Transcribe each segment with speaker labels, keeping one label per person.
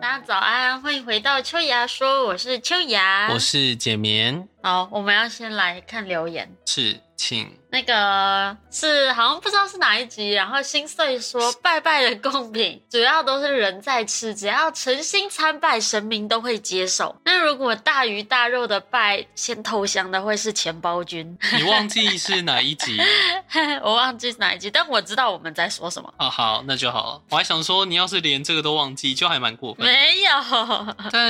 Speaker 1: 大家早安，欢迎回到秋芽说，我是秋芽，
Speaker 2: 我是简眠，
Speaker 1: 好，我们要先来看留言。
Speaker 2: 是，请
Speaker 1: 那个是好像不知道是哪一集，然后心碎说拜拜的贡品主要都是人在吃，只要诚心参拜，神明都会接受。那如果大鱼大肉的拜，先投降的会是钱包君，
Speaker 2: 你忘记是哪一集
Speaker 1: 我忘记是哪一集，但我知道我们在说什么。
Speaker 2: 啊？好，那就好。我还想说，你要是连这个都忘记，就还蛮过分。
Speaker 1: 没有，
Speaker 2: 但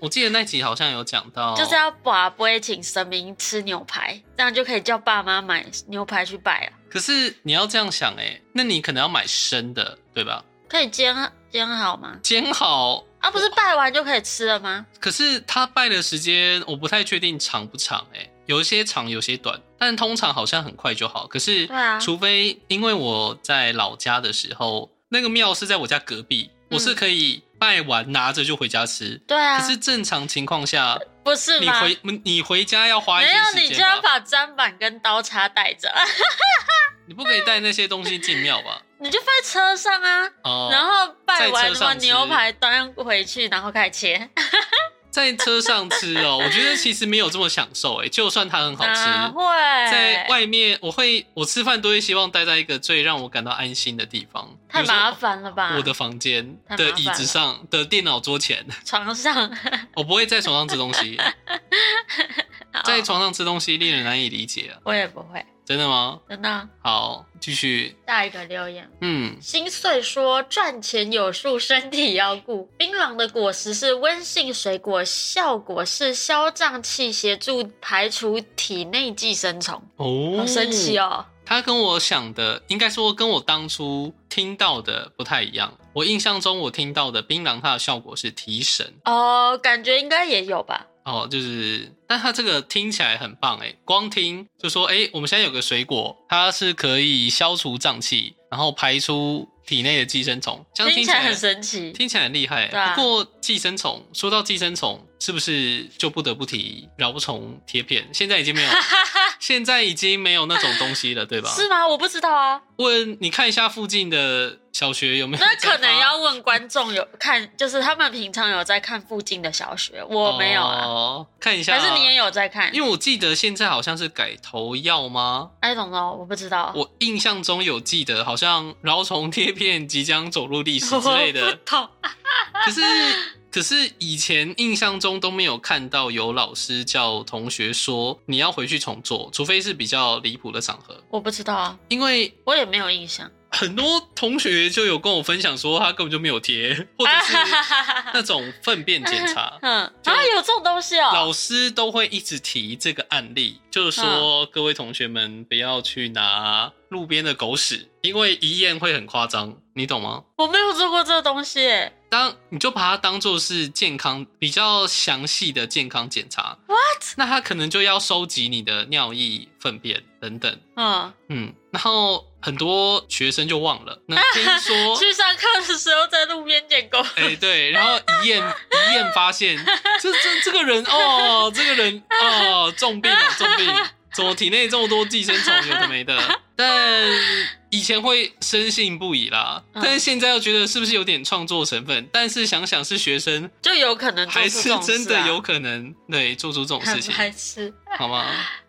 Speaker 2: 我记得那集好像有讲到，
Speaker 1: 就是要把不会请神明吃牛排，这样就可以叫爸妈买牛排去拜了。
Speaker 2: 可是你要这样想、哎，那你可能要买生的，对吧？
Speaker 1: 可以煎煎好吗？
Speaker 2: 煎好，
Speaker 1: 啊，不是拜完就可以吃了吗？
Speaker 2: 可是他拜的时间我不太确定长不长、哎，有一些长，有些短，但通常好像很快就好。可是，
Speaker 1: 对啊
Speaker 2: 除非因为我在老家的时候，那个庙是在我家隔壁，我是可以拜完拿着就回家吃。
Speaker 1: 嗯对啊，
Speaker 2: 可是正常情况下，
Speaker 1: 不是
Speaker 2: 你
Speaker 1: 吗？
Speaker 2: 回你回家要花一
Speaker 1: 没
Speaker 2: 些
Speaker 1: 有，
Speaker 2: 时
Speaker 1: 你就
Speaker 2: 间
Speaker 1: 要
Speaker 2: 吧，
Speaker 1: 把砧板跟刀叉带着，
Speaker 2: 你不可以带那些东西进庙吧？
Speaker 1: 你就放在车上啊，
Speaker 2: 哦、
Speaker 1: 然后拜
Speaker 2: 在
Speaker 1: 完
Speaker 2: 车
Speaker 1: 什么
Speaker 2: 上吃
Speaker 1: 牛排端回去，然后开始切。
Speaker 2: 在车上吃哦，我觉得其实没有这么享受诶，就算它 很好吃，
Speaker 1: 哪会
Speaker 2: 在外
Speaker 1: 哎
Speaker 2: 面我会我吃饭都会希望待在一个最让我感到安心的地方，
Speaker 1: 太
Speaker 2: 比如说
Speaker 1: 麻烦了吧？
Speaker 2: 我的房间
Speaker 1: 太麻
Speaker 2: 的
Speaker 1: 烦
Speaker 2: 椅子上的电脑桌前，
Speaker 1: 床上，
Speaker 2: 我不会在床上吃东西，
Speaker 1: 哦
Speaker 2: 在床上吃东西令人难以理解啊！
Speaker 1: 我也不会，
Speaker 2: 真的吗？
Speaker 1: 真的。
Speaker 2: 好，继续，
Speaker 1: 下一个留言，
Speaker 2: 嗯，
Speaker 1: 心碎说赚钱有数，身体要顾。槟榔的果实是温性水果，效果是消胀气，协助排除体内寄生虫。
Speaker 2: 哦，
Speaker 1: 好神奇
Speaker 2: 哦！
Speaker 1: 哦！
Speaker 2: 他跟我想的，应该说跟我当初听到的不太一样。我印象中我听到的槟榔，它的效果是提神。
Speaker 1: 哦，感觉应该也有吧。
Speaker 2: 哦，就是，但它这个听起来很棒哎，光听就说哎，诶我们现在有个水果，它是可以消除胀气，然后排出体内的寄生虫，这样
Speaker 1: 听
Speaker 2: 哦听
Speaker 1: 起
Speaker 2: 起
Speaker 1: 来
Speaker 2: 来
Speaker 1: 很神奇。
Speaker 2: 听起来很厉害。欸
Speaker 1: 对啊
Speaker 2: 不过寄生虫，说到寄生虫，是不是就不得不提饶虫贴片？现在已经 没有，现在已经没有那种东西了，对吧？
Speaker 1: 是吗？我不知道啊，
Speaker 2: 问你看一下附近的小学有没有在
Speaker 1: 那
Speaker 2: 发？
Speaker 1: 可能要问观众有看，就是他们平常有在看附近的小学，我没有啊，
Speaker 2: 哦，看一
Speaker 1: 还
Speaker 2: 下、
Speaker 1: 是你也有在看？
Speaker 2: 因为我记得现在好像是改头药吗？
Speaker 1: I don't know，我不哎知道，
Speaker 2: 我印象中有记得，好像饶虫贴片即将走入历史之类
Speaker 1: 我不。
Speaker 2: 的
Speaker 1: 懂。
Speaker 2: 可是，可是以前印象中都没有看到有老师叫同学说你要回去重做，除非是比较离谱的场合。
Speaker 1: 我不知道啊，
Speaker 2: 因为
Speaker 1: 我也没有印象。。
Speaker 2: 很多同学就有跟我分享说，他根本就没有贴，或者是那种粪便检查
Speaker 1: 嗯，
Speaker 2: 就
Speaker 1: 啊，有这种东西哦。
Speaker 2: 老师都会一直提这个案例，就是说、各位同学们不要去拿路边的狗屎，因为一验会很夸张，你懂吗？
Speaker 1: 我没有做过这个东西耶。
Speaker 2: 当你就把它当做是健康比较详细的健康检查。
Speaker 1: What？
Speaker 2: 那他可能就要收集你的尿液、粪便等等。
Speaker 1: 嗯，
Speaker 2: 嗯，然后很多学生就忘了。那听 说，
Speaker 1: 去上课的时候在路边捡狗。
Speaker 2: 哎、对，然后一验一验发现，这这这个人哦，这个人哦，重病了，重病，怎么体内这么多寄生虫，有的没的。但以前会深信不疑啦，
Speaker 1: 嗯
Speaker 2: 但是现在又觉得是不是有点创作成分？但是想想是学生，
Speaker 1: 就有可能做
Speaker 2: 还
Speaker 1: 出这
Speaker 2: 是
Speaker 1: 种事、啊、
Speaker 2: 真的有可能对做出这种事
Speaker 1: 很
Speaker 2: 情，
Speaker 1: 白痴。
Speaker 2: 好吗？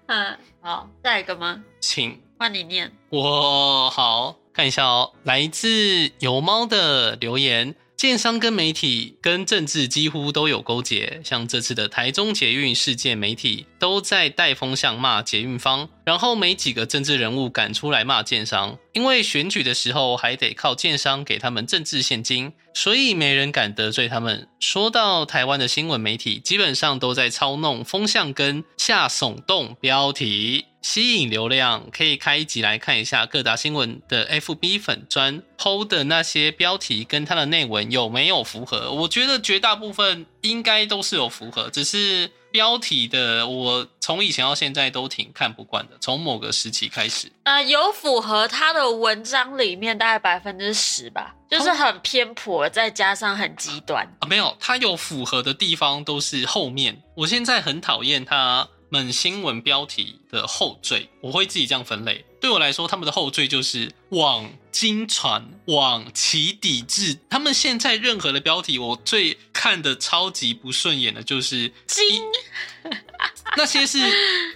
Speaker 1: 嗯，好，下一个吗？
Speaker 2: 请
Speaker 1: 换你念。
Speaker 2: 我好看一下哦，来自有猫的留言。建商跟媒体跟政治几乎都有勾结，像这次的台中捷运事件，媒体都在带风向骂捷运方，然后没几个政治人物敢出来骂建商，因为选举的时候还得靠建商给他们政治现金，所以没人敢得罪他们。说到台湾的新闻媒体，基本上都在操弄风向跟下耸动标题，吸引流量。可以开一集来看一下各大新闻的 FB 粉专 PO 的那些标题跟它的内文有没有符合。我觉得绝大部分应该都是有符合，只是。标题的我从以前到现在都挺看不惯的，从某个时期开始。
Speaker 1: 呃，有符合他的文章里面大概百分之十吧，
Speaker 2: 哦
Speaker 1: 就是很偏颇，再加上很极端。
Speaker 2: 啊，没有，它有符合的地方都是后面。我现在很讨厌它们新闻标题的后缀，我会自己这样分类。对我来说，他们的后缀就是往经传、往其抵制。他们现在任何的标题，我最看的超级不顺眼的就是
Speaker 1: 金
Speaker 2: 那些是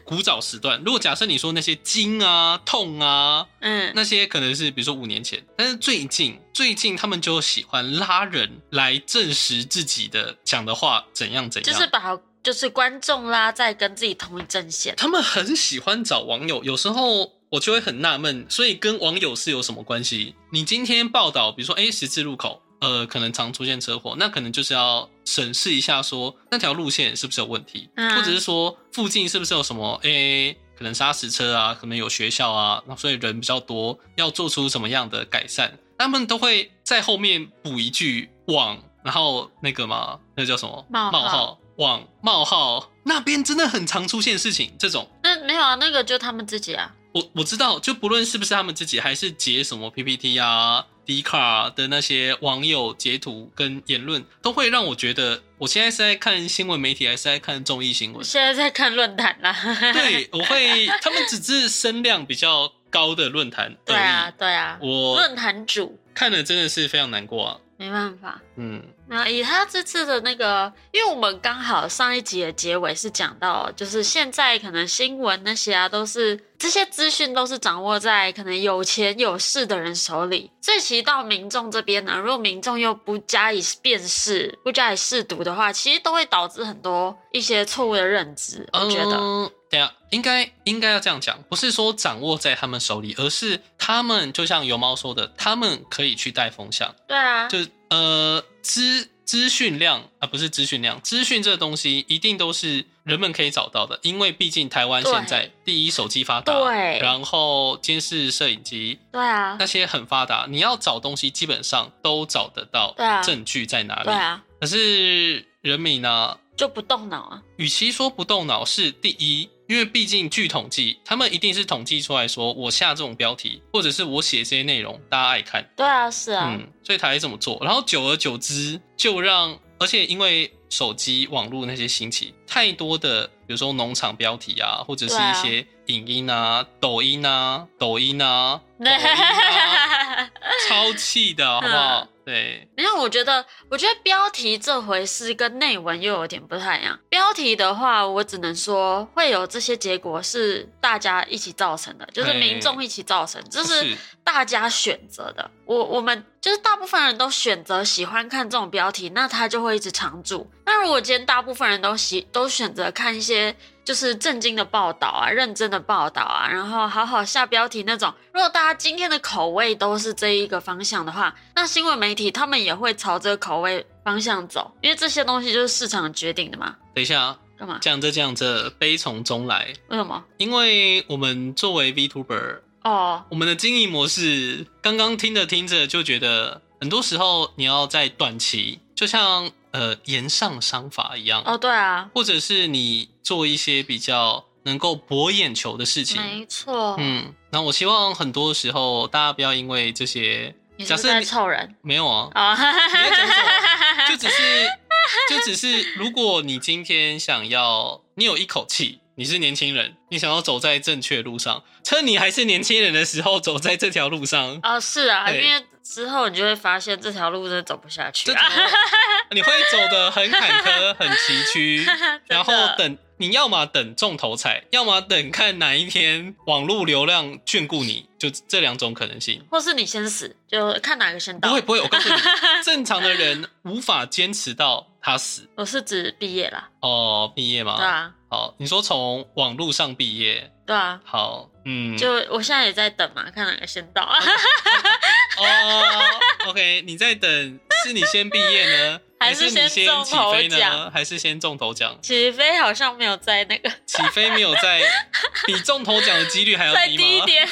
Speaker 2: 古早时段。如果假设你说那些经啊、痛啊，
Speaker 1: 嗯，
Speaker 2: 那些可能是比如说五年前，但是最近最近他们就喜欢拉人来证实自己的讲的话怎样怎
Speaker 1: 就
Speaker 2: 样，
Speaker 1: 是把就是观众拉在跟自己同一阵线。
Speaker 2: 他们很喜欢找网友，有时候我就会很纳闷，所以跟网友是有什么关系？你今天报道，比如说 A 十字路口，呃，可能常出现车祸，那可能就是要审视一下说那条路线是不是有问题，
Speaker 1: 嗯
Speaker 2: 或者是说附近是不是有什么 A。可能砂石车啊，可能有学校啊，那所以人比较多，要做出什么样的改善？他们都会在后面补一句“往”，然后那个嘛，那叫什么？
Speaker 1: 冒号
Speaker 2: 冒号往冒号那边真的很常出现事情，这种
Speaker 1: 那没有啊，那个就他们自己啊。
Speaker 2: 我我知道，就不论是不是他们自己，还是截什么 PPT 啊、d 卡的那些网友截图跟言论，都会让我觉得，我现在是在看新闻媒体，还是在看综 艺新闻？
Speaker 1: 现在在看论坛啦。
Speaker 2: 对，我会，他们只是声量比较高的论坛而已。
Speaker 1: 对啊，对啊，
Speaker 2: 我
Speaker 1: 论坛主
Speaker 2: 看了真的是非常难过啊。
Speaker 1: 没办法。
Speaker 2: 嗯，
Speaker 1: 那以他这次的那个，因为我们刚好上一集的结尾是讲到，就是现在可能新闻那些啊，都是这些资讯都是掌握在可能有钱有势的人手里，所以其实到民众这边呢，啊如果民众又不加以辨识、不加以试读的话，其实都会导致很多一些错误的认知。我觉得，
Speaker 2: 嗯、对啊，应该应该要这样讲，不是说掌握在他们手里，而是他们就像油猫说的，他们可以去带风向，
Speaker 1: 对啊，
Speaker 2: 就呃资资讯量啊，不是资讯量，资讯这东西一定都是人们可以找到的，因为毕竟台湾
Speaker 1: 对
Speaker 2: 现在第一手机发达，
Speaker 1: 对
Speaker 2: 然后监视摄影机
Speaker 1: 对啊
Speaker 2: 那，些很发达，你要找东西基本上都找得到
Speaker 1: 对啊
Speaker 2: 证据在哪里，
Speaker 1: 对啊，
Speaker 2: 可是人民呢、
Speaker 1: 就不动脑啊。
Speaker 2: 与其说不动脑是第一，因为毕竟据统计，他们一定是统计出来说，我下这种标题，或者是我写这些内容，大家爱看，
Speaker 1: 对啊，是啊，
Speaker 2: 嗯，所以他才这么做。然后久而久之，就让而且因为手机、网络那些兴起，太多的比如说农场标题啊，或者是
Speaker 1: 对啊
Speaker 2: 一些影音啊、抖音啊、抖 音啊，抖音啊超气的好不
Speaker 1: 嗯
Speaker 2: 好？对，
Speaker 1: 没有，我觉得，我觉得标题这回事跟内文又有点不太一样。标题的话，我只能说会有这些结果是大家一起造成的，就是
Speaker 2: 对
Speaker 1: 民众一起造成，就是大家选择的。我我们就是大部分人都选择喜欢看这种标题，那它就会一直常驻。那如果今天大部分人都喜都选择看一些就是正经的报道啊、认真的报道啊，然后好好下标题那种，如果大家今天的口味都是这一个方向的话，那新闻媒体他们也会朝这个口味方向走，因为这些东西就是市场决定的嘛。
Speaker 2: 等一下啊，
Speaker 1: 干嘛？
Speaker 2: 讲着讲着悲从中来。
Speaker 1: 为什么？
Speaker 2: 因为我们作为 VTuber，
Speaker 1: 哦，
Speaker 2: 我们的经营模式，刚刚听着听着就觉得，很多时候你要在短期，就像呃言上商法一样，
Speaker 1: 哦，对啊，
Speaker 2: 或者是你做一些比较能够博眼球的事情。
Speaker 1: 没错。
Speaker 2: 嗯，那我希望很多时候大家不要因为这些
Speaker 1: 你是不
Speaker 2: 假
Speaker 1: 是
Speaker 2: 设
Speaker 1: 在
Speaker 2: 你
Speaker 1: 凑人
Speaker 2: 没有啊，
Speaker 1: 啊？
Speaker 2: 要讲什 就只是就只是，如果你今天想要，你有一口气。你是年轻人，你想要走在正确路上，趁你还是年轻人的时候走在这条路上，
Speaker 1: 啊、是啊，因
Speaker 2: 对
Speaker 1: 为之后你就会发现这条路真的走不下去
Speaker 2: 这
Speaker 1: 啊。
Speaker 2: 你会走的很坎坷、很崎 岖，
Speaker 1: 真的
Speaker 2: 然后等你要么等中头彩，要么等看哪一天网络流量眷顾你，就这两种可能性。
Speaker 1: 或是你先死，就看哪个先
Speaker 2: 不
Speaker 1: 到。
Speaker 2: 会不会，我告 诉你，正常的人无法坚持到他死
Speaker 1: 我是指毕业啦，
Speaker 2: 哦。毕业吗？
Speaker 1: 对啊，
Speaker 2: 好，你说从网络上毕业，
Speaker 1: 对啊，
Speaker 2: 好，嗯，
Speaker 1: 就我现在也在等嘛，看哪个先到。啊
Speaker 2: 哦，OK，你在等是你先毕业呢，
Speaker 1: 还
Speaker 2: 是
Speaker 1: 是
Speaker 2: 你
Speaker 1: 先
Speaker 2: 先
Speaker 1: 中
Speaker 2: 起
Speaker 1: 头
Speaker 2: 飞呢？
Speaker 1: 奖
Speaker 2: 还是先中头奖？
Speaker 1: 起飞好像没有在那个
Speaker 2: 起飞没有在比中头奖的几率还要
Speaker 1: 再
Speaker 2: 低
Speaker 1: 低一
Speaker 2: 吗？
Speaker 1: 点，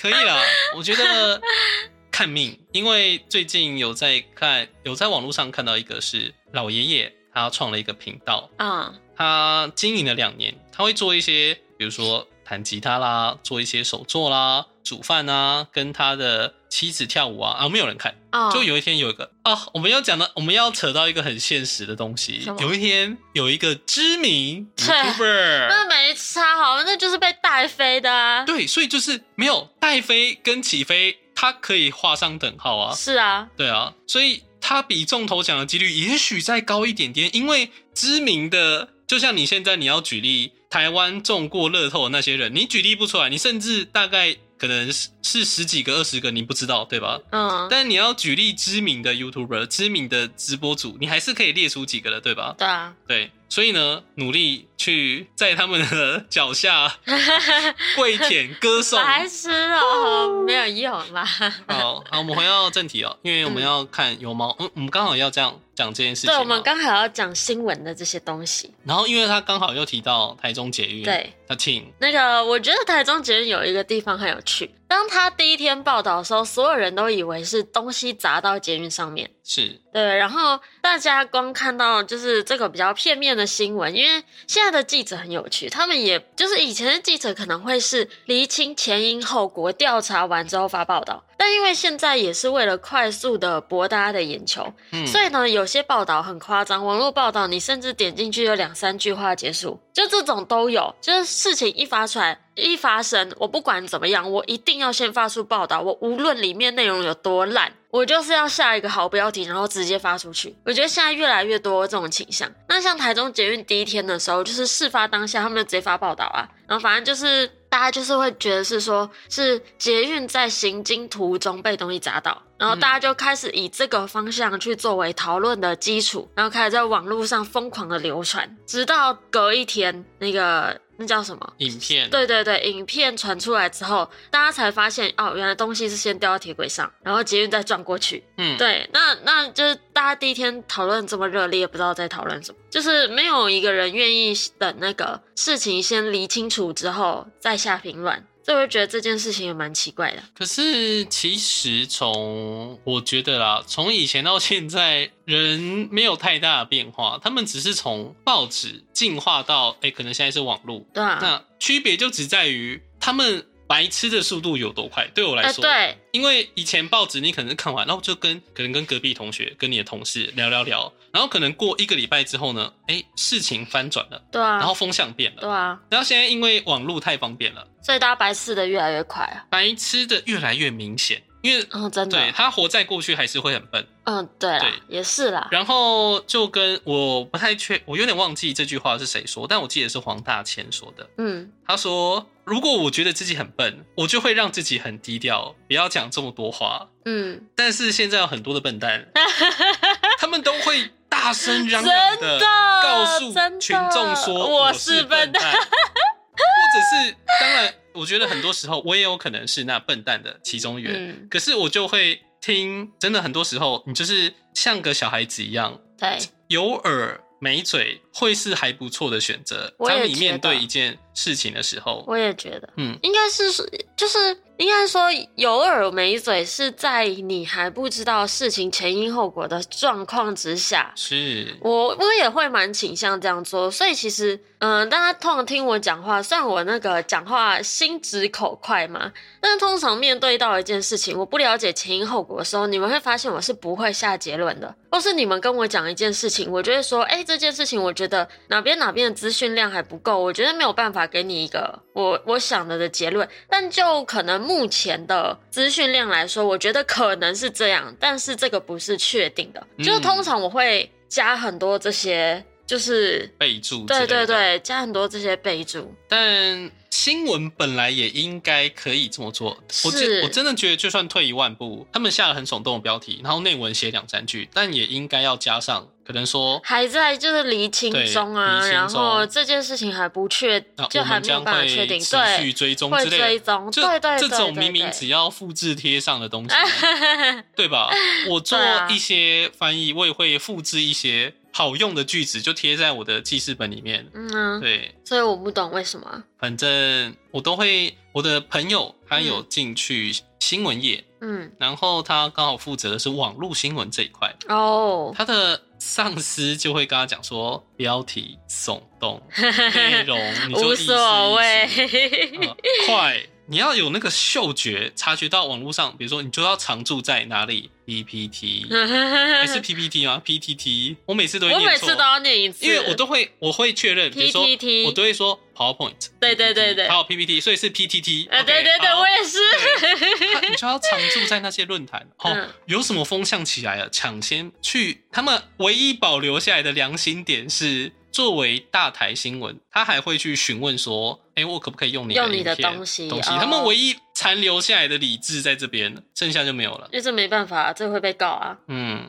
Speaker 2: 可以啦，我觉得 看命，因为最近有在看，有在网络上看到一个是老爷爷，他创了一个频道，
Speaker 1: 嗯，
Speaker 2: 他经营了两年，他会做一些，比如说弹吉他啦，做一些手作啦，煮饭啊，跟他的妻子跳舞啊，啊，没有人看。
Speaker 1: 哦，
Speaker 2: 就有一天有一个啊，我们要讲的，我们要扯到一个很现实的东西
Speaker 1: 什。么
Speaker 2: 有一天有一个知名
Speaker 1: 对
Speaker 2: YouTuber，
Speaker 1: 那没差好，那就是被带飞的啊。
Speaker 2: 对，所以就是没有戴飞跟起飞，他可以画上等号啊。
Speaker 1: 是啊，
Speaker 2: 对啊，所以他比中头奖的几率也许再高一点点，因为知名的，就像你现在你要举例台湾中过乐透的那些人，你举例不出来，你甚至大概可能是是十几个、二十个，你不知道，对吧？
Speaker 1: 嗯，
Speaker 2: 但你要举例知名的 YouTuber、知名的直播主，你还是可以列出几个的，对吧？
Speaker 1: 对 啊，
Speaker 2: 对，所以呢，努力去在他们的脚下跪舔 歌颂。
Speaker 1: 白痴哦，没有用啦。
Speaker 2: 好，好，我们回到正题哦，因为我们要看有猫，嗯，我们刚好要这样讲这件事情嘛。
Speaker 1: 对，我们刚好要讲新闻的这些东西。
Speaker 2: 然后因为他刚好又提到台中捷运，，
Speaker 1: 对，
Speaker 2: 他请
Speaker 1: 那个我觉得台中捷运有一个地方很有趣，当他第一天报道的时候，所有人都以为是东西砸到捷运上面。
Speaker 2: 是
Speaker 1: 对，然后大家光看到就是这个比较片面的新闻，因为现在的记者很有趣，他们也就是以前的记者可能会是厘清前因后果，调查完之后发报道，但因为现在也是为了快速的博大家的眼球，
Speaker 2: 嗯，
Speaker 1: 所以呢，有些报道很夸张，网络报道你甚至点进去有两三句话结束，就这种都有。就是事情一发出来，一发生，我不管怎么样，我一定要先发出报道，我无论里面内容有多烂，我就是要下一个好标题，然后直接发出去。我觉得现在越来越多这种倾向。那像台中捷运第一天的时候，就是事发当下，他们就直接发报道啊，然后反正就是。大家就是会觉得是说，是捷运在行经途中被东西砸到，然后大家就开始以这个方向去作为讨论的基础，然后开始在网络上疯狂的流传，直到隔一天，那个那叫什么？
Speaker 2: 影片，
Speaker 1: 对对对，影片传出来之后，大家才发现哦，原来东西是先掉到铁轨上，然后捷运再撞过去。
Speaker 2: 嗯，
Speaker 1: 对，那那就是大家第一天讨论这么热烈，不知道在讨论什么，就是没有一个人愿意等那个事情先理清楚之后再下评论，所以我就觉得这件事情也蛮奇怪的。
Speaker 2: 可是其实从我觉得啦，从以前到现在，人没有太大的变化，他们只是从报纸进化到哎、诶可能现在是网络，
Speaker 1: 对啊，
Speaker 2: 那区别就只在于他们白痴的速度有多快。对我来
Speaker 1: 哎、
Speaker 2: 说，
Speaker 1: 对，
Speaker 2: 因为以前报纸你可能看完，然后就跟可能跟隔壁同学、跟你的同事聊聊聊，然后可能过一个礼拜之后呢，哎，事情翻转了，
Speaker 1: 对啊，
Speaker 2: 然后风向变
Speaker 1: 对
Speaker 2: 了，
Speaker 1: 啊，
Speaker 2: 然后现在因为网络太方便了，
Speaker 1: 所以大家白吃的越来越快啊。
Speaker 2: 白痴的越来越明显，因为。
Speaker 1: 嗯，真
Speaker 2: 对
Speaker 1: 的，
Speaker 2: 他活在过去还是会很笨，
Speaker 1: 嗯，对啦，
Speaker 2: 对
Speaker 1: 也是啦，
Speaker 2: 然后就跟我不太确，我有点忘记这句话是谁说，但我记得是黄大千说的。
Speaker 1: 嗯，
Speaker 2: 他说：“如果我觉得自己很笨，我就会让自己很低调，不要讲这么多话。
Speaker 1: 嗯，
Speaker 2: 但是现在有很多的 笨蛋，他们都会大声嚷
Speaker 1: 真
Speaker 2: 嚷
Speaker 1: 的
Speaker 2: 的告诉
Speaker 1: 真的
Speaker 2: 群众说
Speaker 1: 我
Speaker 2: 是
Speaker 1: 笨
Speaker 2: 蛋，
Speaker 1: 蛋，
Speaker 2: 或者是当然，我觉得很多时候我也有可能是那笨蛋的其中一员，
Speaker 1: 嗯，
Speaker 2: 可是我就会听，真的很多时候你就是像个小孩子一样，
Speaker 1: 对，
Speaker 2: 有耳没嘴会是还不错的选择。
Speaker 1: 我也
Speaker 2: 当你
Speaker 1: 觉
Speaker 2: 面对
Speaker 1: 得
Speaker 2: 一件事情的时候，
Speaker 1: 我也觉得。
Speaker 2: 嗯，
Speaker 1: 应该是说，就是应该说有耳没嘴，是在你还不知道事情前因后果的状况之下。
Speaker 2: 是，
Speaker 1: 我我也会蛮倾向这样做，所以其实，嗯、大家通常听我讲话，虽然我那个讲话心直口快嘛，但是通常面对到一件事情，我不了解前因后果的时候，你们会发现我是不会下结论的，或是你们跟我讲一件事情，我就会说，哎、这件事情我觉得哪边哪边的资讯量还不够，我觉得没有办法给你一个我我想的的结论，但就可能目前的资讯量来说，我觉得可能是这样，但是这个不是确定的，就是
Speaker 2: 嗯
Speaker 1: 通常我会加很多这些，就是。
Speaker 2: 备注，
Speaker 1: 对对。对，加很多这些备注，
Speaker 2: 但新闻本来也应该可以这么做。
Speaker 1: 是
Speaker 2: 我真我真的觉得，就算退一万步，他们下了很耸动的标题，然后内文写两三句，但也应该要加上，可能说
Speaker 1: 还在就是厘清
Speaker 2: 对
Speaker 1: 中啊，
Speaker 2: 厘清
Speaker 1: 然后
Speaker 2: 中
Speaker 1: 这件事情还不确，
Speaker 2: 啊，
Speaker 1: 就
Speaker 2: 我
Speaker 1: 还
Speaker 2: 们
Speaker 1: 没有
Speaker 2: 将
Speaker 1: 办法
Speaker 2: 会
Speaker 1: 确定，
Speaker 2: 持续
Speaker 1: 对，
Speaker 2: 追踪
Speaker 1: 会
Speaker 2: 之类
Speaker 1: 追
Speaker 2: 的。
Speaker 1: 踪，
Speaker 2: 就
Speaker 1: 对对
Speaker 2: 这
Speaker 1: 对，
Speaker 2: 种
Speaker 1: 对
Speaker 2: 明明
Speaker 1: 对
Speaker 2: 只要复制贴上的 东西，对吧？我做
Speaker 1: 对啊
Speaker 2: 一些翻译，我也会复制一些好用的句子，就贴在我的记事本里面。
Speaker 1: 嗯啊，
Speaker 2: 对，
Speaker 1: 所以我不懂为什么，
Speaker 2: 反正我都会，我的朋友他有进去新闻业，
Speaker 1: 嗯，
Speaker 2: 然后他刚好负责的是网络新闻这一块，
Speaker 1: 哦，
Speaker 2: 他的上司就会跟他讲说，标题耸 动，内容你就
Speaker 1: 无
Speaker 2: 意思
Speaker 1: 所谓
Speaker 2: 意思，呃快，你要有那个嗅觉，察觉到网络上，比如说你就要常驻在哪里，PPT 还是 PPT 吗？PTT，我每次都会
Speaker 1: 我每
Speaker 2: 念错
Speaker 1: 次都，要念一次，
Speaker 2: 因为我都会我会确认，比如说
Speaker 1: PTT
Speaker 2: 我都会说 PowerPoint，
Speaker 1: 对对对对
Speaker 2: 还有 PPT，所以是 PTT，
Speaker 1: 呃，对
Speaker 2: OK，
Speaker 1: 对对，
Speaker 2: 好
Speaker 1: 我也是，
Speaker 2: 他你就要常驻在那些论坛哦
Speaker 1: 嗯，
Speaker 2: 有什么风向起来了，抢先去。他们唯一保留下来的良心点是，作为大台新闻，他还会去询问说：“哎、我可不可以用你
Speaker 1: 用你的
Speaker 2: 影片
Speaker 1: 东西
Speaker 2: 东西
Speaker 1: 哦
Speaker 2: 他们唯一残留下来的理智在这边，剩下就没有了。
Speaker 1: 因为这没办法，这会被告啊。
Speaker 2: 嗯，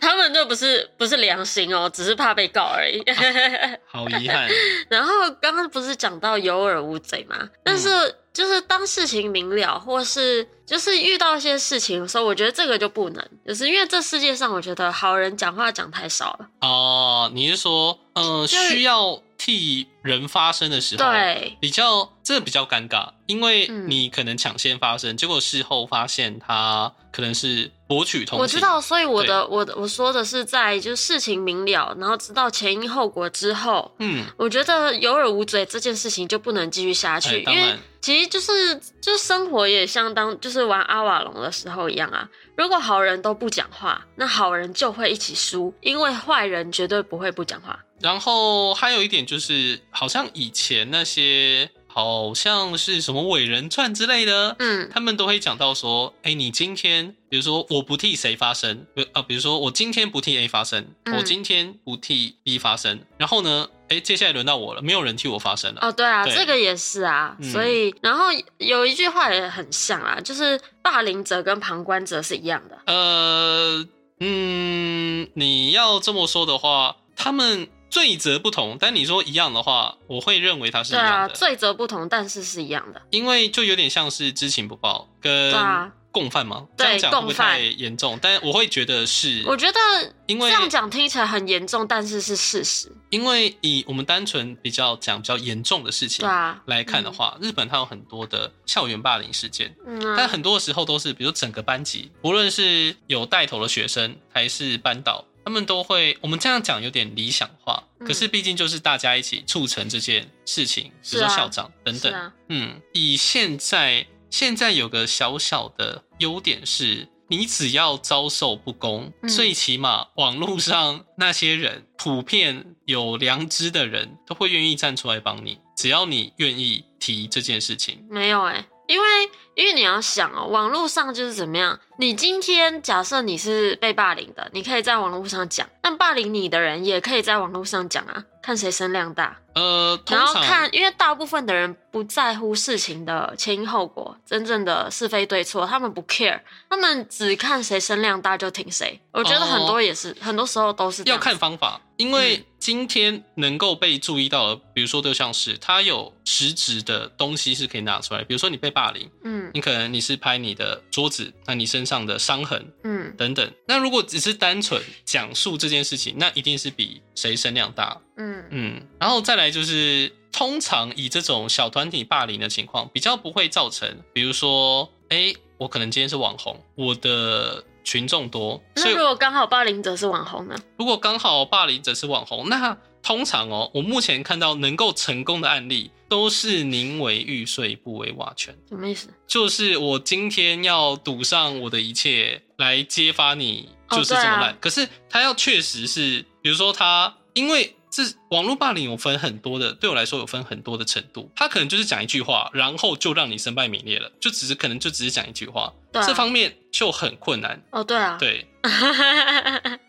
Speaker 1: 他们这不是不是良心哦，只是怕被告而已。
Speaker 2: 好遗憾。
Speaker 1: 然后刚刚不是讲到有耳无嘴嘛？但是
Speaker 2: 嗯
Speaker 1: 就是当事情明了，或是就是遇到一些事情的时候，我觉得这个就不能，就是因为这世界上我觉得好人讲话讲太少了。
Speaker 2: 哦，你是说，呃，
Speaker 1: 就是
Speaker 2: 需要替人发声的时候，
Speaker 1: 对，
Speaker 2: 比较这比较尴尬，因为
Speaker 1: 嗯
Speaker 2: 你可能抢先发生，结果事后发现他可能是博取同情。
Speaker 1: 我知道，所以我的我的我说的是在就是事情明了，然后知道前因后果之后，
Speaker 2: 嗯，
Speaker 1: 我觉得有耳无嘴这件事情就不能继续下去，
Speaker 2: 哎当
Speaker 1: 因
Speaker 2: 然
Speaker 1: 为其实就是就生活也相当就是玩阿瓦隆的时候一样啊。如果好人都不讲话，那好人就会一起输，因为坏人绝对不会不讲话。
Speaker 2: 然后还有一点就是，好像以前那些好像是什么伟人传之类的，
Speaker 1: 嗯，
Speaker 2: 他们都会讲到说，哎，你今天，比如说我不替谁发声，比啊，比如说我今天不替 A 发声，
Speaker 1: 嗯
Speaker 2: 我今天不替 B 发声，然后呢，哎，接下来轮到我了，没有人替我发声了。
Speaker 1: 哦，对啊，
Speaker 2: 对
Speaker 1: 这个也是啊。
Speaker 2: 嗯
Speaker 1: 所以，然后有一句话也很像啊，就是霸凌者跟旁观者是一样的。
Speaker 2: 呃，嗯，你要这么说的话，他们罪责不同，但你说一样的话，我会认为它是一
Speaker 1: 对
Speaker 2: 样
Speaker 1: 啊，
Speaker 2: 的，
Speaker 1: 罪责不同，但是是一样的。
Speaker 2: 因为就有点像是知情不报跟
Speaker 1: 对啊
Speaker 2: 共犯嘛，
Speaker 1: 对
Speaker 2: 这样讲会不
Speaker 1: 共
Speaker 2: 会
Speaker 1: 犯
Speaker 2: 太严重？但我会觉得是，
Speaker 1: 我觉得
Speaker 2: 因
Speaker 1: 这
Speaker 2: 为
Speaker 1: 样讲听起来很严重，但是是事实。
Speaker 2: 因为以我们单纯比较讲比较严重的事情
Speaker 1: 对啊，
Speaker 2: 来看的话，日本它有很多的校园霸凌事件，
Speaker 1: 嗯啊，
Speaker 2: 但很多时候都是，比如整个班级，无论是有带头的学生还是班导，他们都会，我们这样讲有点理想化，
Speaker 1: 嗯
Speaker 2: 可是毕竟就是大家一起促成这件事情，比
Speaker 1: 是
Speaker 2: 如说
Speaker 1: 啊
Speaker 2: 校长等等。
Speaker 1: 是啊，
Speaker 2: 嗯，以现在现在有个小小的优点是，你只要遭受不公，
Speaker 1: 嗯
Speaker 2: 最起码网络上那些人，普遍有良知的人都会愿意站出来帮你，只要你愿意提这件事情。
Speaker 1: 没有哎、因为因为你要想哦，网络上就是怎么样，你今天假设你是被霸凌的，你可以在网络上讲，但霸凌你的人也可以在网络上讲啊，看谁声量大，
Speaker 2: 呃，通
Speaker 1: 然后
Speaker 2: 常
Speaker 1: 看，因为大部分的人不在乎事情的前因后果，真正的是非对错，他们不 care，他们只看谁声量大就听谁。我觉得很多也是，很多时候都是这
Speaker 2: 哦要
Speaker 1: 样
Speaker 2: 看方法，因为
Speaker 1: 嗯
Speaker 2: 今天能够被注意到的，比如说对象是他有实质的东西是可以拿出来，比如说你被霸凌，
Speaker 1: 嗯
Speaker 2: 你可能你是拍你的桌子，那你身上的伤痕
Speaker 1: 嗯
Speaker 2: 等等。那如果只是单纯讲述这件事情，那一定是比谁声量大，
Speaker 1: 嗯
Speaker 2: 嗯，然后再来就是，通常以这种小团体霸凌的情况，比较不会造成，比如说，哎，我可能今天是网红，我的群众多，所
Speaker 1: 那
Speaker 2: 以
Speaker 1: 如果刚好霸凌者是网红呢？
Speaker 2: 如果刚好霸凌者是网红，那通常哦，我目前看到能够成功的案例，都是宁为玉碎不为瓦全，
Speaker 1: 什么意思？
Speaker 2: 就是我今天要赌上我的一切来揭发你，
Speaker 1: 哦
Speaker 2: 就是这么
Speaker 1: 对
Speaker 2: 烂。
Speaker 1: 啊
Speaker 2: 可是他要确实是，比如说他因为。这网络霸凌有分很多的，对我来说有分很多的程度。他可能就是讲一句话，然后就让你身败名裂了，就只是可能就只是讲一句话，
Speaker 1: 对啊
Speaker 2: 这方面就很困难。
Speaker 1: 哦，对啊，
Speaker 2: 对，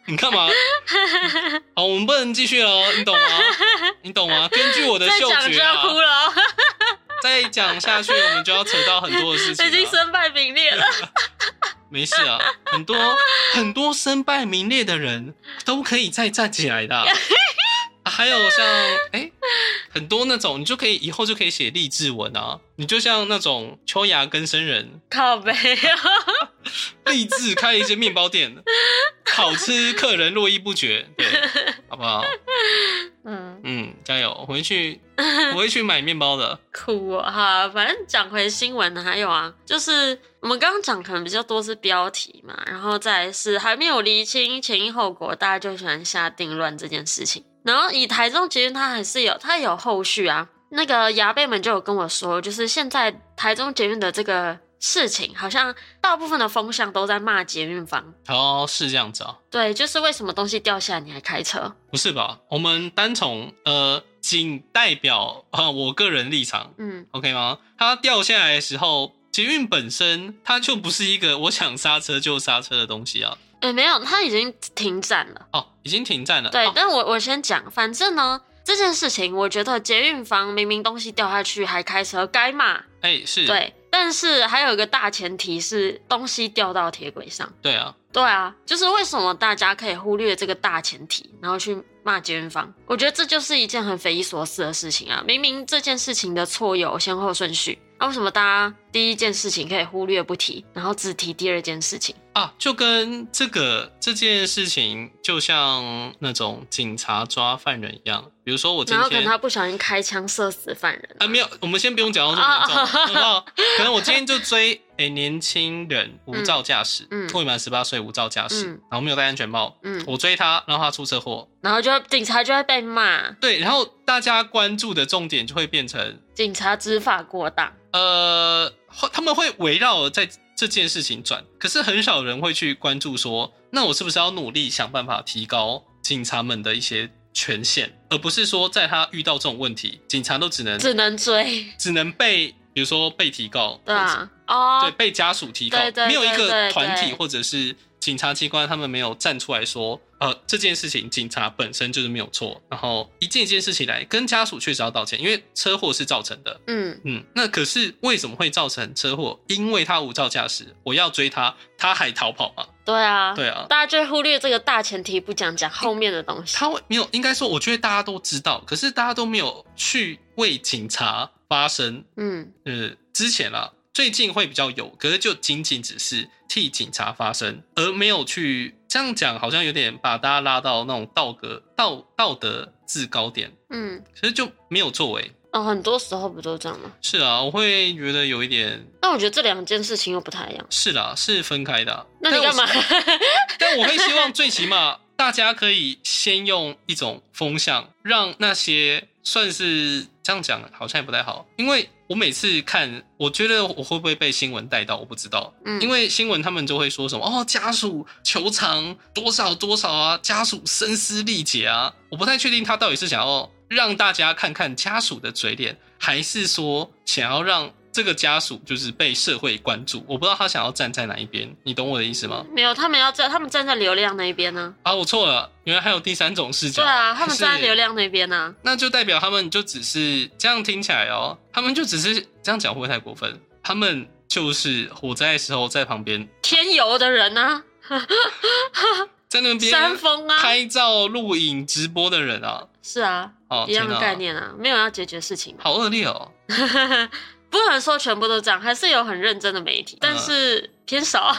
Speaker 2: 你干嘛？好，我们不能继续了哦，你懂吗？你懂吗？根据我的
Speaker 1: 再
Speaker 2: 嗅
Speaker 1: 讲就
Speaker 2: 觉
Speaker 1: 要
Speaker 2: 啊，
Speaker 1: 哭了哦。
Speaker 2: 再讲下去我们就要扯到很多的事情啊
Speaker 1: 已经
Speaker 2: 了。
Speaker 1: 身败名裂了。
Speaker 2: 没事啊，很 多很多身败名裂的人都可以再站起 来的啊、啊还有像哎、很多那种你就可以以后就可以写励志文啊，你就像那种秋芽根生人，
Speaker 1: 靠背哦，
Speaker 2: 立志开一些面 包店，好吃客人络绎不绝，对，好不好？
Speaker 1: 嗯，样。
Speaker 2: 嗯，加油！我回 去我会去买面包的。
Speaker 1: 哭啊！哈，反正讲回新闻还有啊，就是我们刚刚讲可能比较多是标题嘛，然后再来是还没有厘清前因后果，大家就喜欢下定论这件事情。然后以台中捷运，它还是有它有后续啊。那个牙贝们就有跟我说，就是现在台中捷运的这个事情，好像大部分的风向都在骂捷运方。
Speaker 2: 哦，是这样子啊？
Speaker 1: 对，就是为什么东西掉下来你还开车？
Speaker 2: 不是吧？我们单从呃，仅代表啊、我个人立场
Speaker 1: 嗯，
Speaker 2: ，OK 吗？它掉下来的时候，捷运本身它就不是一个我想刹车就刹车的东西啊。
Speaker 1: 诶，呃没有，它已经停站了。
Speaker 2: 哦，已经停站了。
Speaker 1: 对，
Speaker 2: 哦
Speaker 1: 但我我先讲，反正呢这件事情，我觉得捷运房明明东西掉下去还开车，该骂。
Speaker 2: 哎、是，
Speaker 1: 对，但是还有一个大前提是东西掉到铁轨上。
Speaker 2: 对啊，
Speaker 1: 对啊，就是为什么大家可以忽略这个大前提，然后去骂捷运方？我觉得这就是一件很匪夷所思的事情啊！明明这件事情的错有先后顺序，那、为什么大家第一件事情可以忽略不提，然后只提第二件事情？
Speaker 2: 啊，就跟这个这件事情，就像那种警察抓犯人一样。比如说我今
Speaker 1: 然后可能
Speaker 2: 天
Speaker 1: 他不小心开枪射死犯人、
Speaker 2: 啊，没有，我们先不用讲到
Speaker 1: 啊
Speaker 2: 这么严重，好不好？可能我今天就追诶、年轻人无照驾驶，
Speaker 1: 嗯嗯
Speaker 2: 未满十八岁无照驾驶，
Speaker 1: 嗯
Speaker 2: 然后没有戴安全帽，
Speaker 1: 嗯
Speaker 2: 我追他，然后他出车祸，
Speaker 1: 然后就会警察就会被骂，
Speaker 2: 对，然后大家关注的重点就会变成
Speaker 1: 警察执法过当。
Speaker 2: 呃，会他们会围绕在这件事情转，可是很少人会去关注说，那我是不是要努力想办法提高警察们的一些权限，而不是说在他遇到这种问题，警察都只能
Speaker 1: 只能追，
Speaker 2: 只能被，比如说被提告，
Speaker 1: 对
Speaker 2: 或者
Speaker 1: 啊，哦，
Speaker 2: 对，被家属提告，
Speaker 1: 对对
Speaker 2: 没有一
Speaker 1: 对
Speaker 2: 个
Speaker 1: 对
Speaker 2: 团体
Speaker 1: 对
Speaker 2: 或者是警察机关，他们没有站出来说，呃，这件事情警察本身就是没有错，然后一件一件事情来跟家属确实要道歉，因为车祸是造成的。
Speaker 1: 嗯，
Speaker 2: 嗯，那可是为什么会造成车祸？因为他无照驾驶，我要追他，他还逃跑嘛？
Speaker 1: 对啊，
Speaker 2: 对啊，
Speaker 1: 大家就会忽略这个大前提，不讲讲后面的东西。
Speaker 2: 他会没有，应该说，我觉得大家都知道，可是大家都没有去为警察发声，
Speaker 1: 嗯，
Speaker 2: 呃，之前啦，最近会比较有，可是就仅仅只是替警察发声，而没有去这样讲，好像有点把大家拉到那种道格道道德制高点，
Speaker 1: 嗯，
Speaker 2: 其实就没有作为。
Speaker 1: 哦，很多时候不都这样吗？
Speaker 2: 是啊，我会觉得有一点
Speaker 1: 但我觉得这两件事情又不太一样。
Speaker 2: 是啦，是分开的啊、
Speaker 1: 那你
Speaker 2: 但
Speaker 1: 干
Speaker 2: 我
Speaker 1: 嘛？
Speaker 2: 但我会希望最起码大家可以先用一种风向，让那些算是这样讲好像也不太好，因为我每次看，我觉得我会不会被新闻带到，我不知道，
Speaker 1: 嗯
Speaker 2: 因为新闻他们就会说什么哦，家属求偿多少多少啊，家属声嘶力竭啊，我不太确定他到底是想要让大家看看家属的嘴脸，还是说想要让。这个家属就是被社会关注，我不知道他想要站在哪一边，你懂我的意思吗？
Speaker 1: 没有，他们要站，他们站在流量那一边呢、
Speaker 2: 啊，我错了，原来还有第三种视角。
Speaker 1: 对啊，他们
Speaker 2: 是
Speaker 1: 站在流，量那边呢、
Speaker 2: 那就代表他们就只是这样听起来哦，他们就只是这样讲会不会太过分？他们就是火灾的时候在旁边，
Speaker 1: 天游的人呢、
Speaker 2: 在那边
Speaker 1: 山峰啊，
Speaker 2: 拍照、录影、直播的人啊，
Speaker 1: 是啊，
Speaker 2: 哦，
Speaker 1: 一样的
Speaker 2: 天哪
Speaker 1: 概，念啊，没有要解决事情的。
Speaker 2: 好恶 劣哦。
Speaker 1: 不能说全部都这样，还是有很认真的媒
Speaker 2: 嗯
Speaker 1: 体，但是偏 少。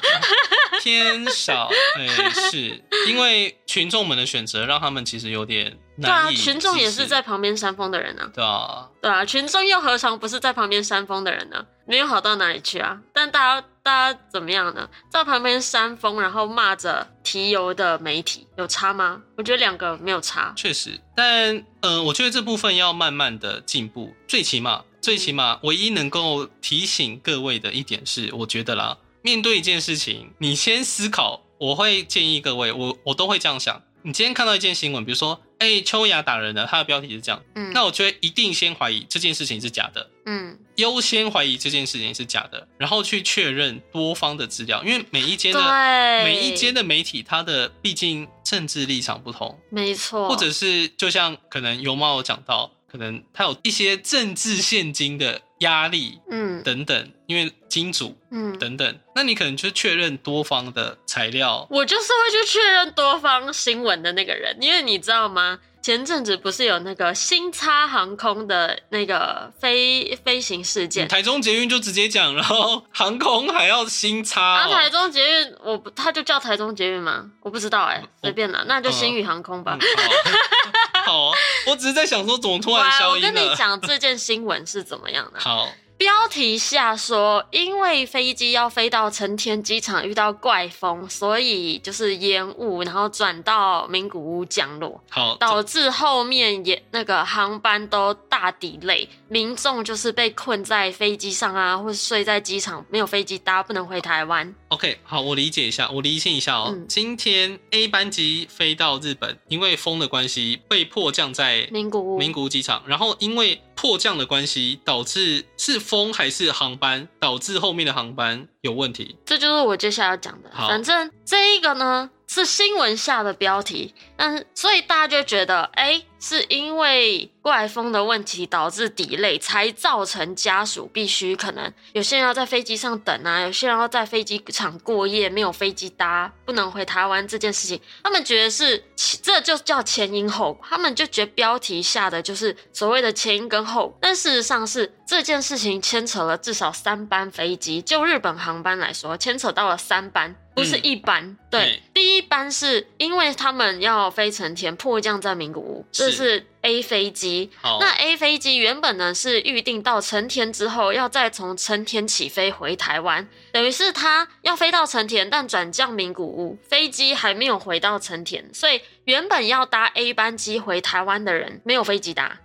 Speaker 2: 偏少，哎、是因为群众们的选择让他们其实有点
Speaker 1: 对啊，
Speaker 2: 难以
Speaker 1: 群众也
Speaker 2: 直
Speaker 1: 是
Speaker 2: 视
Speaker 1: 在旁边煽风的人啊。
Speaker 2: 对啊，
Speaker 1: 对啊，群众又何尝不是在旁边煽风的人呢？没有好到哪里去啊！但大家大家怎么样呢？在旁边煽风，然后骂着提油的媒体，有差吗？我觉得两个没有差。
Speaker 2: 确实，但呃，我觉得这部分要慢慢的进步，最起码，最起码，
Speaker 1: 嗯
Speaker 2: 唯一能够提醒各位的一点是，我觉得啦，面对一件事情，你先思考，我会建议各位，我我都会这样想。你今天看到一件新闻，比如说，哎、秋雅打人了，它的标题是这样，
Speaker 1: 嗯，
Speaker 2: 那我觉得一定先怀疑这件事情是假的，
Speaker 1: 嗯，
Speaker 2: 优先怀疑这件事情是假的，然后去确认多方的资料，因为每一间
Speaker 1: 对，
Speaker 2: 的每一间的媒体，它的毕竟政治立场不同，
Speaker 1: 没错，
Speaker 2: 或者是就像可能尤猫有讲到，可能他有一些政治现金的压力
Speaker 1: 嗯
Speaker 2: 等等，因为金主
Speaker 1: 嗯，
Speaker 2: 等等，那你可能就确认多方的材料。
Speaker 1: 我就是会去确认多方新闻的那个人，因为你知道吗？前阵子不是有那个新叉航空的那个飞飞行事件，
Speaker 2: 嗯台中捷运就直接讲，然后航空还要新
Speaker 1: 然
Speaker 2: 差、
Speaker 1: 后
Speaker 2: 哦，
Speaker 1: 台中捷运，我不，它就叫台中捷运吗？我不知道哎、随便
Speaker 2: 嗯
Speaker 1: 啦，那就星宇航空吧。
Speaker 2: 嗯好 好啊，我只是在想说，怎么突然
Speaker 1: 哇，
Speaker 2: 消
Speaker 1: 我
Speaker 2: 音
Speaker 1: 跟你
Speaker 2: 了？
Speaker 1: 讲这件新闻是怎么样的啊。
Speaker 2: 好，
Speaker 1: 标题下说，因为飞机要飞到成田机场，遇到怪风，所以就是延误，然后转到名古屋降落，
Speaker 2: 好，
Speaker 1: 导致后面也那个航班都大抵累，民众就是被困在飞机上啊，或是睡在机场，没有飞机搭，不能回台湾。
Speaker 2: OK，好，我理解一下，我理清一下哦。
Speaker 1: 嗯
Speaker 2: 今天 A 班机飞到日本，因为风的关系，被迫降在
Speaker 1: 名古屋，
Speaker 2: 名古屋机场，然后因为迫降的关系，导致是风还是航班，导致后面的航班有问题。
Speaker 1: 这就是我接下来要讲的。
Speaker 2: 好
Speaker 1: 反正这一个呢是新闻下的标题，但是所以大家就觉得，哎，是因为怪风的问题导致 delay，才造成家属必须可能有些人要在飞机上等啊，有些人要在飞机场过夜，没有飞机搭，不能回台湾这件事情，他们觉得是这就叫前因后果，他们就觉得标题下的就是所谓的前因跟后果，但事实上是这件事情牵扯了至少三班飞机，就日本航班来说，牵扯到了三班，不是一班。对
Speaker 2: 对，
Speaker 1: 第一班是因为他们要飞成田，迫降在名古屋，这
Speaker 2: 是
Speaker 1: 是哦 A 飞机。
Speaker 2: 好，
Speaker 1: 那 A 飞机原本呢是预定到成田之后，要再从成田起飞回台湾，等于是它要飞到成田，但转降名古屋，飞机还没有回到成田，所以原本要搭 A 班机回台湾的人没有飞机搭。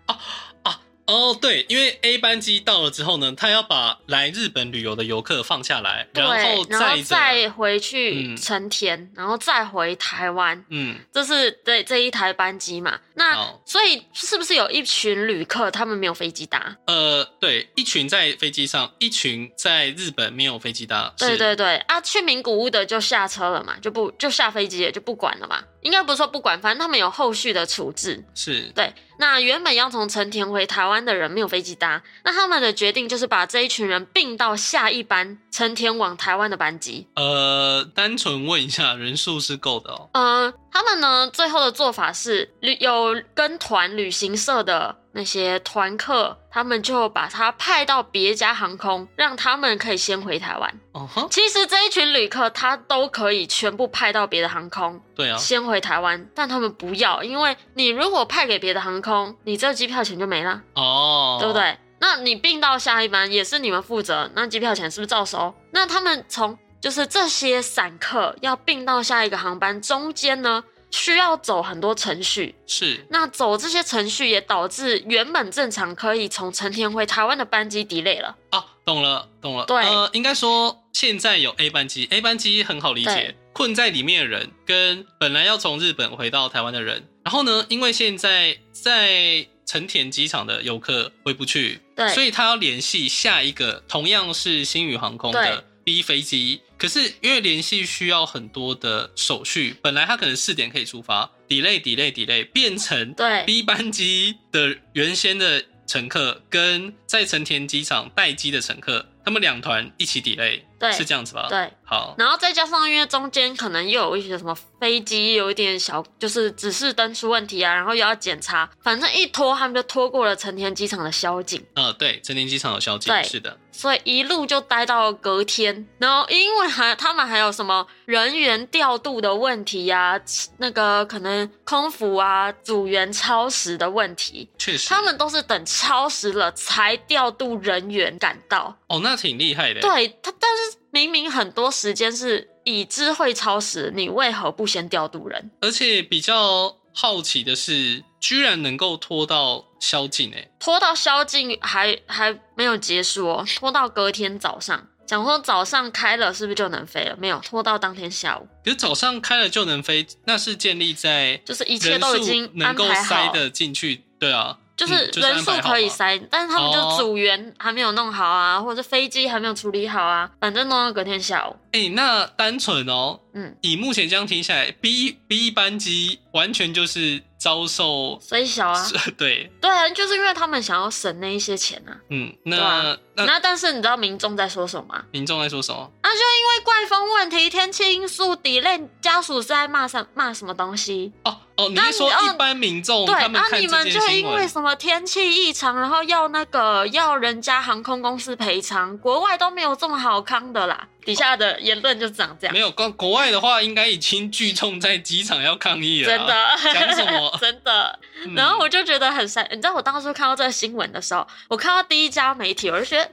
Speaker 2: 哦，对，因为 A 班机到了之后呢，他要把来日本旅游的游客放下来，
Speaker 1: 对，
Speaker 2: 然
Speaker 1: 然
Speaker 2: 后
Speaker 1: 后
Speaker 2: 载着，
Speaker 1: 再回去
Speaker 2: 嗯
Speaker 1: 成田，然后再回台湾，
Speaker 2: 嗯，
Speaker 1: 这是对这一台班机嘛？那
Speaker 2: 好
Speaker 1: 所以是不是有一群旅客他们没有飞机搭？
Speaker 2: 呃，对，一群在飞机上，一群在日本没有飞机搭，
Speaker 1: 对
Speaker 2: 是
Speaker 1: 对对啊，去名古屋的就下车了嘛，就不就下飞机也就不管了嘛。应该不是说不管，反正他们有后续的处置。
Speaker 2: 是，
Speaker 1: 对，那原本要从成田回台湾的人没有飞机搭，那他们的决定就是把这一群人并到下一班成田往台湾的班机。
Speaker 2: 呃，单纯问一下，人数是够的哦。
Speaker 1: 嗯，他们呢最后的做法是，旅有跟团旅行社的那些团客，他们就把他派到别家航空，让他们可以先回台湾。
Speaker 2: 哦哈，
Speaker 1: 其实这一群旅客他都可以全部派到别的航空，
Speaker 2: 对啊，
Speaker 1: 先回台湾，但他们不要，因为你如果派给别的航空，你这机票钱就没啦，
Speaker 2: 哦，
Speaker 1: 对不？对？那你并到下一班也是你们负责，那机票钱是不是照收？那他们从就是这些散客要并到下一个航班，中间呢需要走很多程序，
Speaker 2: 是，
Speaker 1: 那走这些程序也导致原本正常可以从成田回台湾的班机 delay 了。
Speaker 2: 啊，懂了，懂了。
Speaker 1: 对
Speaker 2: 呃，应该说现在有 A 班机，A 班机很好理解
Speaker 1: 对，
Speaker 2: 困在里面的人跟本来要从日本回到台湾的人，然后呢，因为现在在成田机场的游客回不去，
Speaker 1: 对
Speaker 2: 所以他要联系下一个同样是星宇航空的
Speaker 1: 对
Speaker 2: B 飞机。可是因为联系需要很多的手续，本来他可能四点可以出发，delay delay delay，变成
Speaker 1: 对
Speaker 2: B 班机的原先的乘客跟在成田机场待机的乘客，他们两团一起 delay，
Speaker 1: 对
Speaker 2: 是这样子吧？，
Speaker 1: 对，
Speaker 2: 好，
Speaker 1: 然后再加上因为中间可能又有一些什么飞机有一点小，就是指示灯出问题啊，然后又要检查，反正一拖他们就拖过了成田机场的宵禁。
Speaker 2: 呃，对，成田机场有宵禁，
Speaker 1: 对
Speaker 2: 是的，
Speaker 1: 所以一路就待到隔天。然后因为还他们还有什么人员调度的问题呀、那个可能空服啊、组员超时的问题，
Speaker 2: 确实，
Speaker 1: 他们都是等超时了才调度人员赶到。
Speaker 2: 哦，那挺厉害的，，
Speaker 1: 对他，但是明明很多时间是已知会超时，你为何不先调度人？
Speaker 2: 而且比较好奇的是，居然能够拖到宵禁，哎，
Speaker 1: 拖到宵禁还还没有结束哦，拖到隔天早上。想说早上开了是不是就能飞了？没有，拖到当天下午。
Speaker 2: 可是早上开了就能飞，那是建立在
Speaker 1: 就是一切
Speaker 2: 人
Speaker 1: 都已
Speaker 2: 数
Speaker 1: 经
Speaker 2: 能
Speaker 1: 安
Speaker 2: 够
Speaker 1: 排
Speaker 2: 塞
Speaker 1: 好，
Speaker 2: 的进去，对啊，
Speaker 1: 就是
Speaker 2: 嗯
Speaker 1: 人数
Speaker 2: 安排好
Speaker 1: 可以
Speaker 2: 嘛
Speaker 1: 塞，但是他们
Speaker 2: 哦
Speaker 1: 就组员还没有弄好啊，或者飞机还没有处理好啊，反正弄到隔天下午。
Speaker 2: 哎、那单纯哦，
Speaker 1: 嗯，
Speaker 2: 以目前这样听下来，B B 班机完全就是遭受，
Speaker 1: 所以小啊，
Speaker 2: 对，
Speaker 1: 对啊，就是因为他们想要省那一些钱啊。
Speaker 2: 嗯，那、
Speaker 1: 对啊
Speaker 2: 那
Speaker 1: 那但是你知道民众在说什么吗？
Speaker 2: 民众在说什么？
Speaker 1: 啊，就因为怪风问题、天气因素、delay，家属是在骂什骂什么东西？
Speaker 2: 哦，哦，你是说
Speaker 1: 那你哦
Speaker 2: 一般民众
Speaker 1: 对，
Speaker 2: 他们
Speaker 1: 啊，
Speaker 2: 看
Speaker 1: 你
Speaker 2: 这
Speaker 1: 们
Speaker 2: 件
Speaker 1: 就
Speaker 2: 新
Speaker 1: 因为
Speaker 2: 闻，
Speaker 1: 什么天气异常，然后要那个要人家航空公司赔偿，国外都没有这么好康的啦。底下的言论就长这样
Speaker 2: 没，有国国外的话，应该已经聚众在机场要抗议了
Speaker 1: 真
Speaker 2: 啊。
Speaker 1: 的，
Speaker 2: 讲什 么
Speaker 1: 真的。
Speaker 2: 嗯
Speaker 1: 然后我就觉得很sad，你知道我当初看到这个新闻的时候，我看到第一家媒体，我就觉得，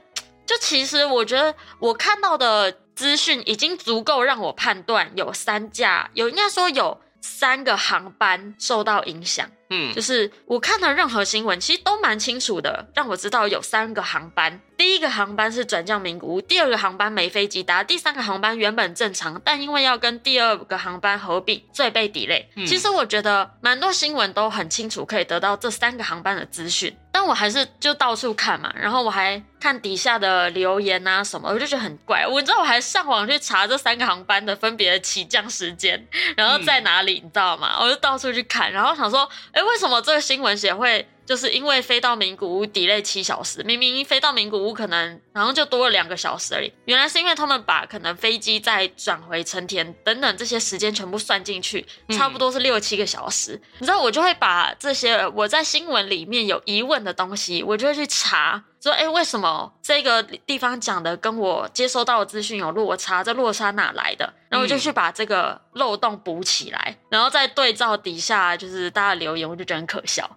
Speaker 1: 就其实我觉得我看到的资讯已经足够让我判断有三架，有应该说有三个航班受到影响。
Speaker 2: 嗯
Speaker 1: 就是我看的任何新闻，其实都蛮清楚的，让我知道有三个航班。第一个航班是转降名古屋，第二个航班没飞机搭，第三个航班原本正常，但因为要跟第二个航班合并，所以被 delay。
Speaker 2: 嗯
Speaker 1: 其实我觉得蛮多新闻都很清楚，可以得到这三个航班的资讯，但我还是就到处看嘛，然后我还看底下的留言啊什么，我就觉得很怪。我知道我还上网去查这三个航班的分别的起降时间，然后在哪里，你知道吗？我就到处去看，然后想说，哎，为什么这个新闻协会就是因为飞到名古屋 delay 七小时？明明飞到名古屋可能然后就多了两个小时而已，原来是因为他们把可能飞机再转回成田等等这些时间全部算进去，
Speaker 2: 嗯
Speaker 1: 差不多是六七个小时。你知道，我就会把这些我在新闻里面有疑问的东西，我就会去查。说，哎、为什么这个地方讲的跟我接收到的资讯有落差？这落差哪来的？然后我就
Speaker 2: 嗯
Speaker 1: 去把这个漏洞补起来，然后再对照底下就是大家的留言，我就觉得很可笑。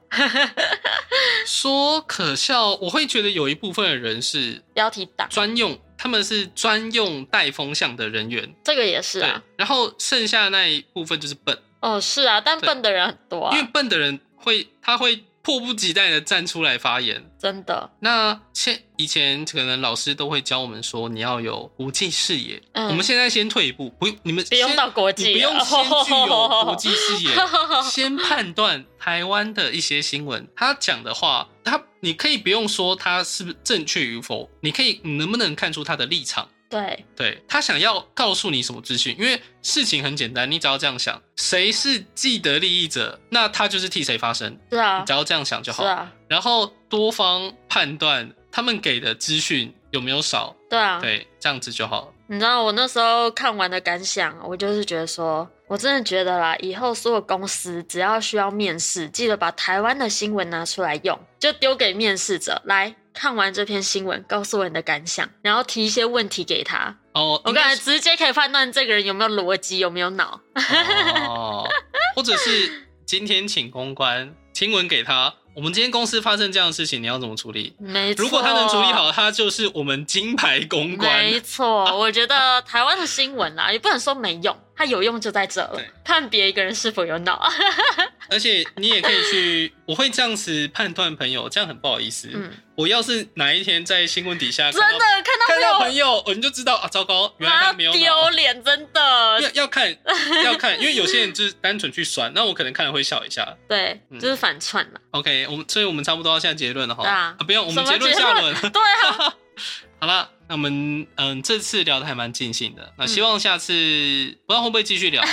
Speaker 2: 说可笑，我会觉得有一部分的人是
Speaker 1: 标题党
Speaker 2: 专用，他们是专用带风向的人员，
Speaker 1: 这个也是
Speaker 2: 对
Speaker 1: 啊，。
Speaker 2: 然后剩下的那一部分就是笨，
Speaker 1: 哦是啊，但
Speaker 2: 对
Speaker 1: 笨的人很多啊
Speaker 2: 因为，笨的人会他会迫不及待的站出来发言。
Speaker 1: 真的，
Speaker 2: 那现以前可能老师都会教我们说你要有国际视野，
Speaker 1: 嗯
Speaker 2: 我们现在先退一步，不用你们
Speaker 1: 不用
Speaker 2: 先
Speaker 1: 到国
Speaker 2: 你
Speaker 1: 际，
Speaker 2: 不用先具有国际视野，
Speaker 1: 哦
Speaker 2: 先判断台湾的一些新闻，他讲的话，他你可以不用说他是不是正确与否，你可以你能不能看出他的立场？
Speaker 1: 对，
Speaker 2: 对他想要告诉你什么资讯？因为事情很简单，你只要这样想，谁是既得利益者，那他就是替谁发声，你
Speaker 1: 是啊
Speaker 2: 只，要这样想就好
Speaker 1: 是。啊，
Speaker 2: 然后多方判断他们给的资讯有没有少，
Speaker 1: 对啊，
Speaker 2: 对，这样子就好了。
Speaker 1: 你知道我那时候看完的感想，我就是觉得说，我真的觉得啦，以后所有公司只要需要面试，记得把台湾的新闻拿出来用，就丢给面试者来看完这篇新闻，告诉我你的感想，然后提一些问题给他。
Speaker 2: 哦，
Speaker 1: 我
Speaker 2: 应该
Speaker 1: 感觉直接可以判断这个人有没有逻辑，有没有脑。
Speaker 2: 哦，或者是今天请公关亲吻给他，我们今天公司发生这样的事情，你要怎么处理？
Speaker 1: 没错，
Speaker 2: 如果他能处理。 好，他就是我们金牌公关
Speaker 1: 没。错，我觉得台湾的新闻啦，也不能说没用，它有用就在这了
Speaker 2: 对，
Speaker 1: 判别一个人是否有脑。
Speaker 2: 而且你也可以去，我会这样子判断朋友，这样很不好意思。
Speaker 1: 嗯，
Speaker 2: 我要是哪一天在新闻底下
Speaker 1: 真
Speaker 2: 看
Speaker 1: 的
Speaker 2: 到
Speaker 1: 看到
Speaker 2: 看
Speaker 1: 朋
Speaker 2: 到
Speaker 1: 友
Speaker 2: 朋友，我你就知道啊，糟糕，原来
Speaker 1: 妈
Speaker 2: 他没有脑
Speaker 1: 丢脸，真的
Speaker 2: 要。要看要看，因为有些人就是单纯去酸，那我可能看了会笑一下。
Speaker 1: 对，
Speaker 2: 嗯
Speaker 1: 就是反串了。
Speaker 2: OK，我们所以我们差不多要下结论了哈。
Speaker 1: 对啊
Speaker 2: 不用，我们
Speaker 1: 什
Speaker 2: 结
Speaker 1: 么
Speaker 2: 论
Speaker 1: 结
Speaker 2: 下
Speaker 1: 论
Speaker 2: 轮。
Speaker 1: 对啊，
Speaker 2: 好啦，那我们嗯这次聊的还蛮尽兴的，那希望下次、不知道会不会继续聊，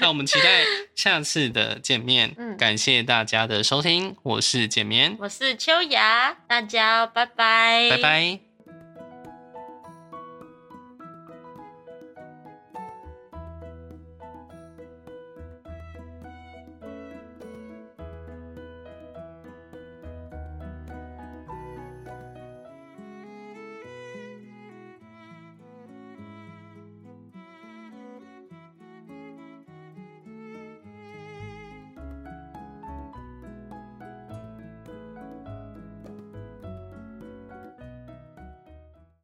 Speaker 2: 那我们期待下次的见面。
Speaker 1: 嗯
Speaker 2: 感谢大家的收听，我是简眠，
Speaker 1: 我是秋雅，大家拜拜，
Speaker 2: 拜拜。